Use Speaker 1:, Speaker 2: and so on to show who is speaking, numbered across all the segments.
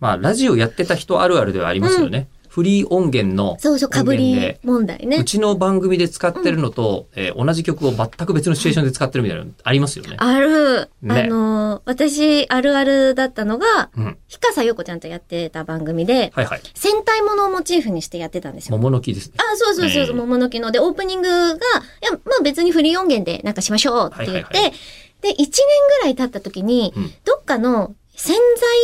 Speaker 1: まあ、ラジオやってた人あるあるではありますよね。フリー音源の
Speaker 2: そうそう、か
Speaker 1: 音
Speaker 2: ぶ
Speaker 1: 源
Speaker 2: り
Speaker 1: で、
Speaker 2: 問題
Speaker 1: う
Speaker 2: ね。
Speaker 1: ちの番組で使ってるのと、えー同じ曲を全く別のシチュエーションで使ってるみたいなのありますよね。
Speaker 2: ある、
Speaker 1: ね
Speaker 2: あの、私、あるあるだったのが、
Speaker 1: うん。
Speaker 2: ひかさよこちゃんとやってた番組で、
Speaker 1: はいはい。
Speaker 2: 戦隊ものをモチーフにしてやってたんですよ。
Speaker 1: 桃の木ですね。
Speaker 2: あ、そうそうそうそう、
Speaker 1: ええ
Speaker 2: 桃の木の。で、オープニングが、いや、まあ別にフリー音源でなんかしましょうって言って、
Speaker 1: はいはい
Speaker 2: で、1年ぐらい経った時に、
Speaker 1: うん
Speaker 2: どっかの洗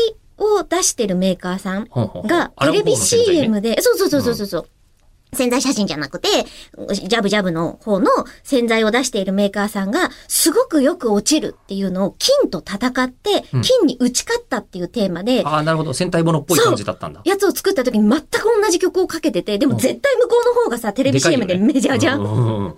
Speaker 2: 剤を出してるメーカーさん
Speaker 1: ほんほんほん
Speaker 2: が、
Speaker 1: あ
Speaker 2: テ
Speaker 1: れ
Speaker 2: レビ
Speaker 1: 僕の先輩ね
Speaker 2: CM で、そうそうそうそうそう。う洗剤写真じゃなくて、ジャブジャブの方の洗剤を出しているメーカーさんが、すごくよく落ちるっていうのを、金と戦って、
Speaker 1: うん
Speaker 2: 金に打ち勝ったっていうテーマで、
Speaker 1: ああ、なるほど。戦隊ものっぽい感じだったんだ。
Speaker 2: やつを作った時に全く同じ曲をかけてて、でも絶対向こうの方がさ、テレビ CM でメジャーじゃん。
Speaker 1: でかいよねうんうんうんうん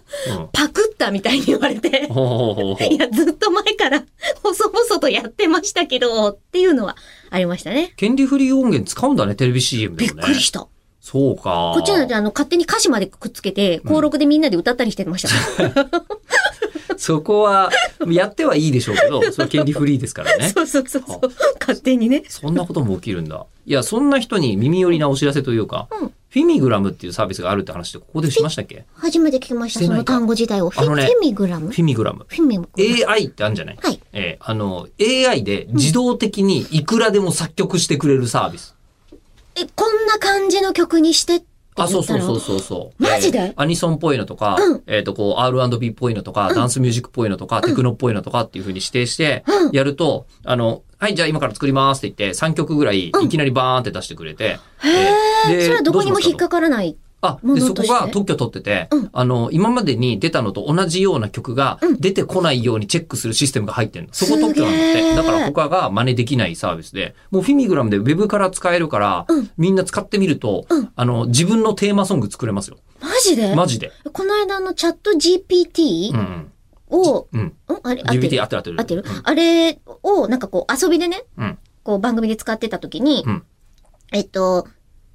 Speaker 2: パクったみたいに言われて。
Speaker 1: ほうほうほうほう
Speaker 2: いや、ずっと前から、細々とやってましたけど、っていうのはありましたね。
Speaker 1: 権利フリー音源使うんだね、テレビ CM
Speaker 2: び
Speaker 1: で
Speaker 2: っ
Speaker 1: もね。
Speaker 2: くりした。こ
Speaker 1: そうか。こ
Speaker 2: っちなんて、あの、勝手に歌詞までくっつけて、
Speaker 1: ん
Speaker 2: 登録でみんなで歌ったりしてました。
Speaker 1: そこは、やってはいいでしょうけ ど、それは権利フリーですからね。
Speaker 2: そうそうそうそう。勝手にね。
Speaker 1: そんなことも起きるんだ。いや、そんな人に耳寄りなお知らせというか、
Speaker 2: うん
Speaker 1: フィミグラムっていうサービスがあるって話でここでしましたっけ
Speaker 2: 初めて聞きました、
Speaker 1: して
Speaker 2: そ
Speaker 1: ない
Speaker 2: の
Speaker 1: か
Speaker 2: 単語自体を。フィ
Speaker 1: あのね
Speaker 2: フィミグラム
Speaker 1: フ
Speaker 2: フ
Speaker 1: ィミグラム。
Speaker 2: ィミグラム。
Speaker 1: AI ってあるんじゃない、
Speaker 2: はい
Speaker 1: えーあの、AI で自動的にいくらでも作曲してくれるサービス。
Speaker 2: え、こんな感じの曲にしてって言
Speaker 1: あ、
Speaker 2: ったら
Speaker 1: そうそうそうそうそう。
Speaker 2: マジで
Speaker 1: えーアニソンっぽいのとか、
Speaker 2: うん
Speaker 1: えっ、と、こう、R&B っぽいのとか、ダンスミュージックっぽいのとか、テクノっぽいのとかっていう風に指定して
Speaker 2: うん、
Speaker 1: やると、あの、はい、じゃあ今から作りますって言って、3曲ぐらいい
Speaker 2: うん
Speaker 1: きなりバーンって出してくれて、
Speaker 2: へ
Speaker 1: えー
Speaker 2: え、
Speaker 1: で
Speaker 2: それはどこに
Speaker 1: ど
Speaker 2: も
Speaker 1: うしますか
Speaker 2: 引っかからない。
Speaker 1: あ、
Speaker 2: も
Speaker 1: で、
Speaker 2: の
Speaker 1: そ
Speaker 2: と
Speaker 1: こ
Speaker 2: して
Speaker 1: が特許取ってて、
Speaker 2: うん
Speaker 1: あの、今までに出たのと同じような曲が
Speaker 2: うん
Speaker 1: 出てこないようにチェックするシステムが入ってるの。そこ特許なんだっ
Speaker 2: すげー
Speaker 1: て。だから他が真似できないサービスで、もうフィミグラムでウェブから使えるから、
Speaker 2: うん
Speaker 1: みんな使ってみると、
Speaker 2: うん
Speaker 1: あの、自分のテーマソング作れますよ。
Speaker 2: マジで
Speaker 1: マジで。
Speaker 2: この間のチャット GPT
Speaker 1: うん
Speaker 2: を、
Speaker 1: うん。うん。
Speaker 2: んあれ合ってる
Speaker 1: GPT 合ってる合ってる。
Speaker 2: 合ってる、
Speaker 1: うん
Speaker 2: あれを、なんかこう、遊びでね、
Speaker 1: うん
Speaker 2: こう、番組で使ってた時に、
Speaker 1: うん
Speaker 2: えっと、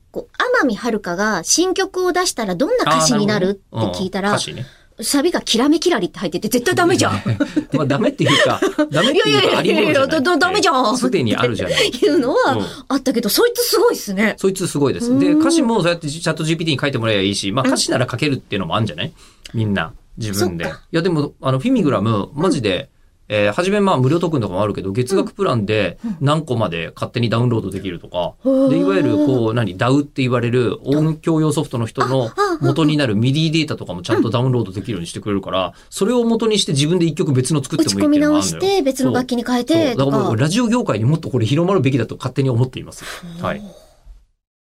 Speaker 2: こう、天海遥が新曲を出したらどんな歌詞になるって
Speaker 1: あーるほど
Speaker 2: 聞いたら
Speaker 1: 歌、詞ね。
Speaker 2: サビがキラメキラリって入ってて、絶対ダメじゃん
Speaker 1: まあ、ダメっていうか、ダメっていうかありものじゃ
Speaker 2: いやいやいやいやい
Speaker 1: な
Speaker 2: や
Speaker 1: い。
Speaker 2: ダダメじゃん
Speaker 1: すでにあるじゃない。
Speaker 2: いうのは
Speaker 1: うん
Speaker 2: あったけど、そいつすごいっすね。
Speaker 1: そいつすごいで
Speaker 2: う
Speaker 1: す。
Speaker 2: ん
Speaker 1: で、歌詞もそうやってチャット GPT に書いてもらえばいいし、まあ歌詞なら書けるっていうのもあるんじゃないみんな、自分で。い
Speaker 2: そっか
Speaker 1: や、でも、あの、フィミグラム、マジで、えー、はじめまあ無料特訓とかもあるけど、月額プランで何個まで勝手にダウンロードできるとか、
Speaker 2: うん
Speaker 1: で、いわゆるこう、何、DAW って言われる音響用ソフトの人の元になる MIDI データとかもちゃんとダウンロードできるようにしてくれるから、それを元にして自分で一曲別の作っ
Speaker 2: 打
Speaker 1: て
Speaker 2: ち
Speaker 1: もいい
Speaker 2: 込
Speaker 1: って
Speaker 2: み
Speaker 1: いうのもあ
Speaker 2: 直
Speaker 1: るの
Speaker 2: し
Speaker 1: よ。
Speaker 2: て、別の楽器に変えて、
Speaker 1: そうだか
Speaker 2: と
Speaker 1: ら
Speaker 2: か
Speaker 1: もう。ラジオ業界にもっとこれ広まるべきだと勝手に思っています。はい。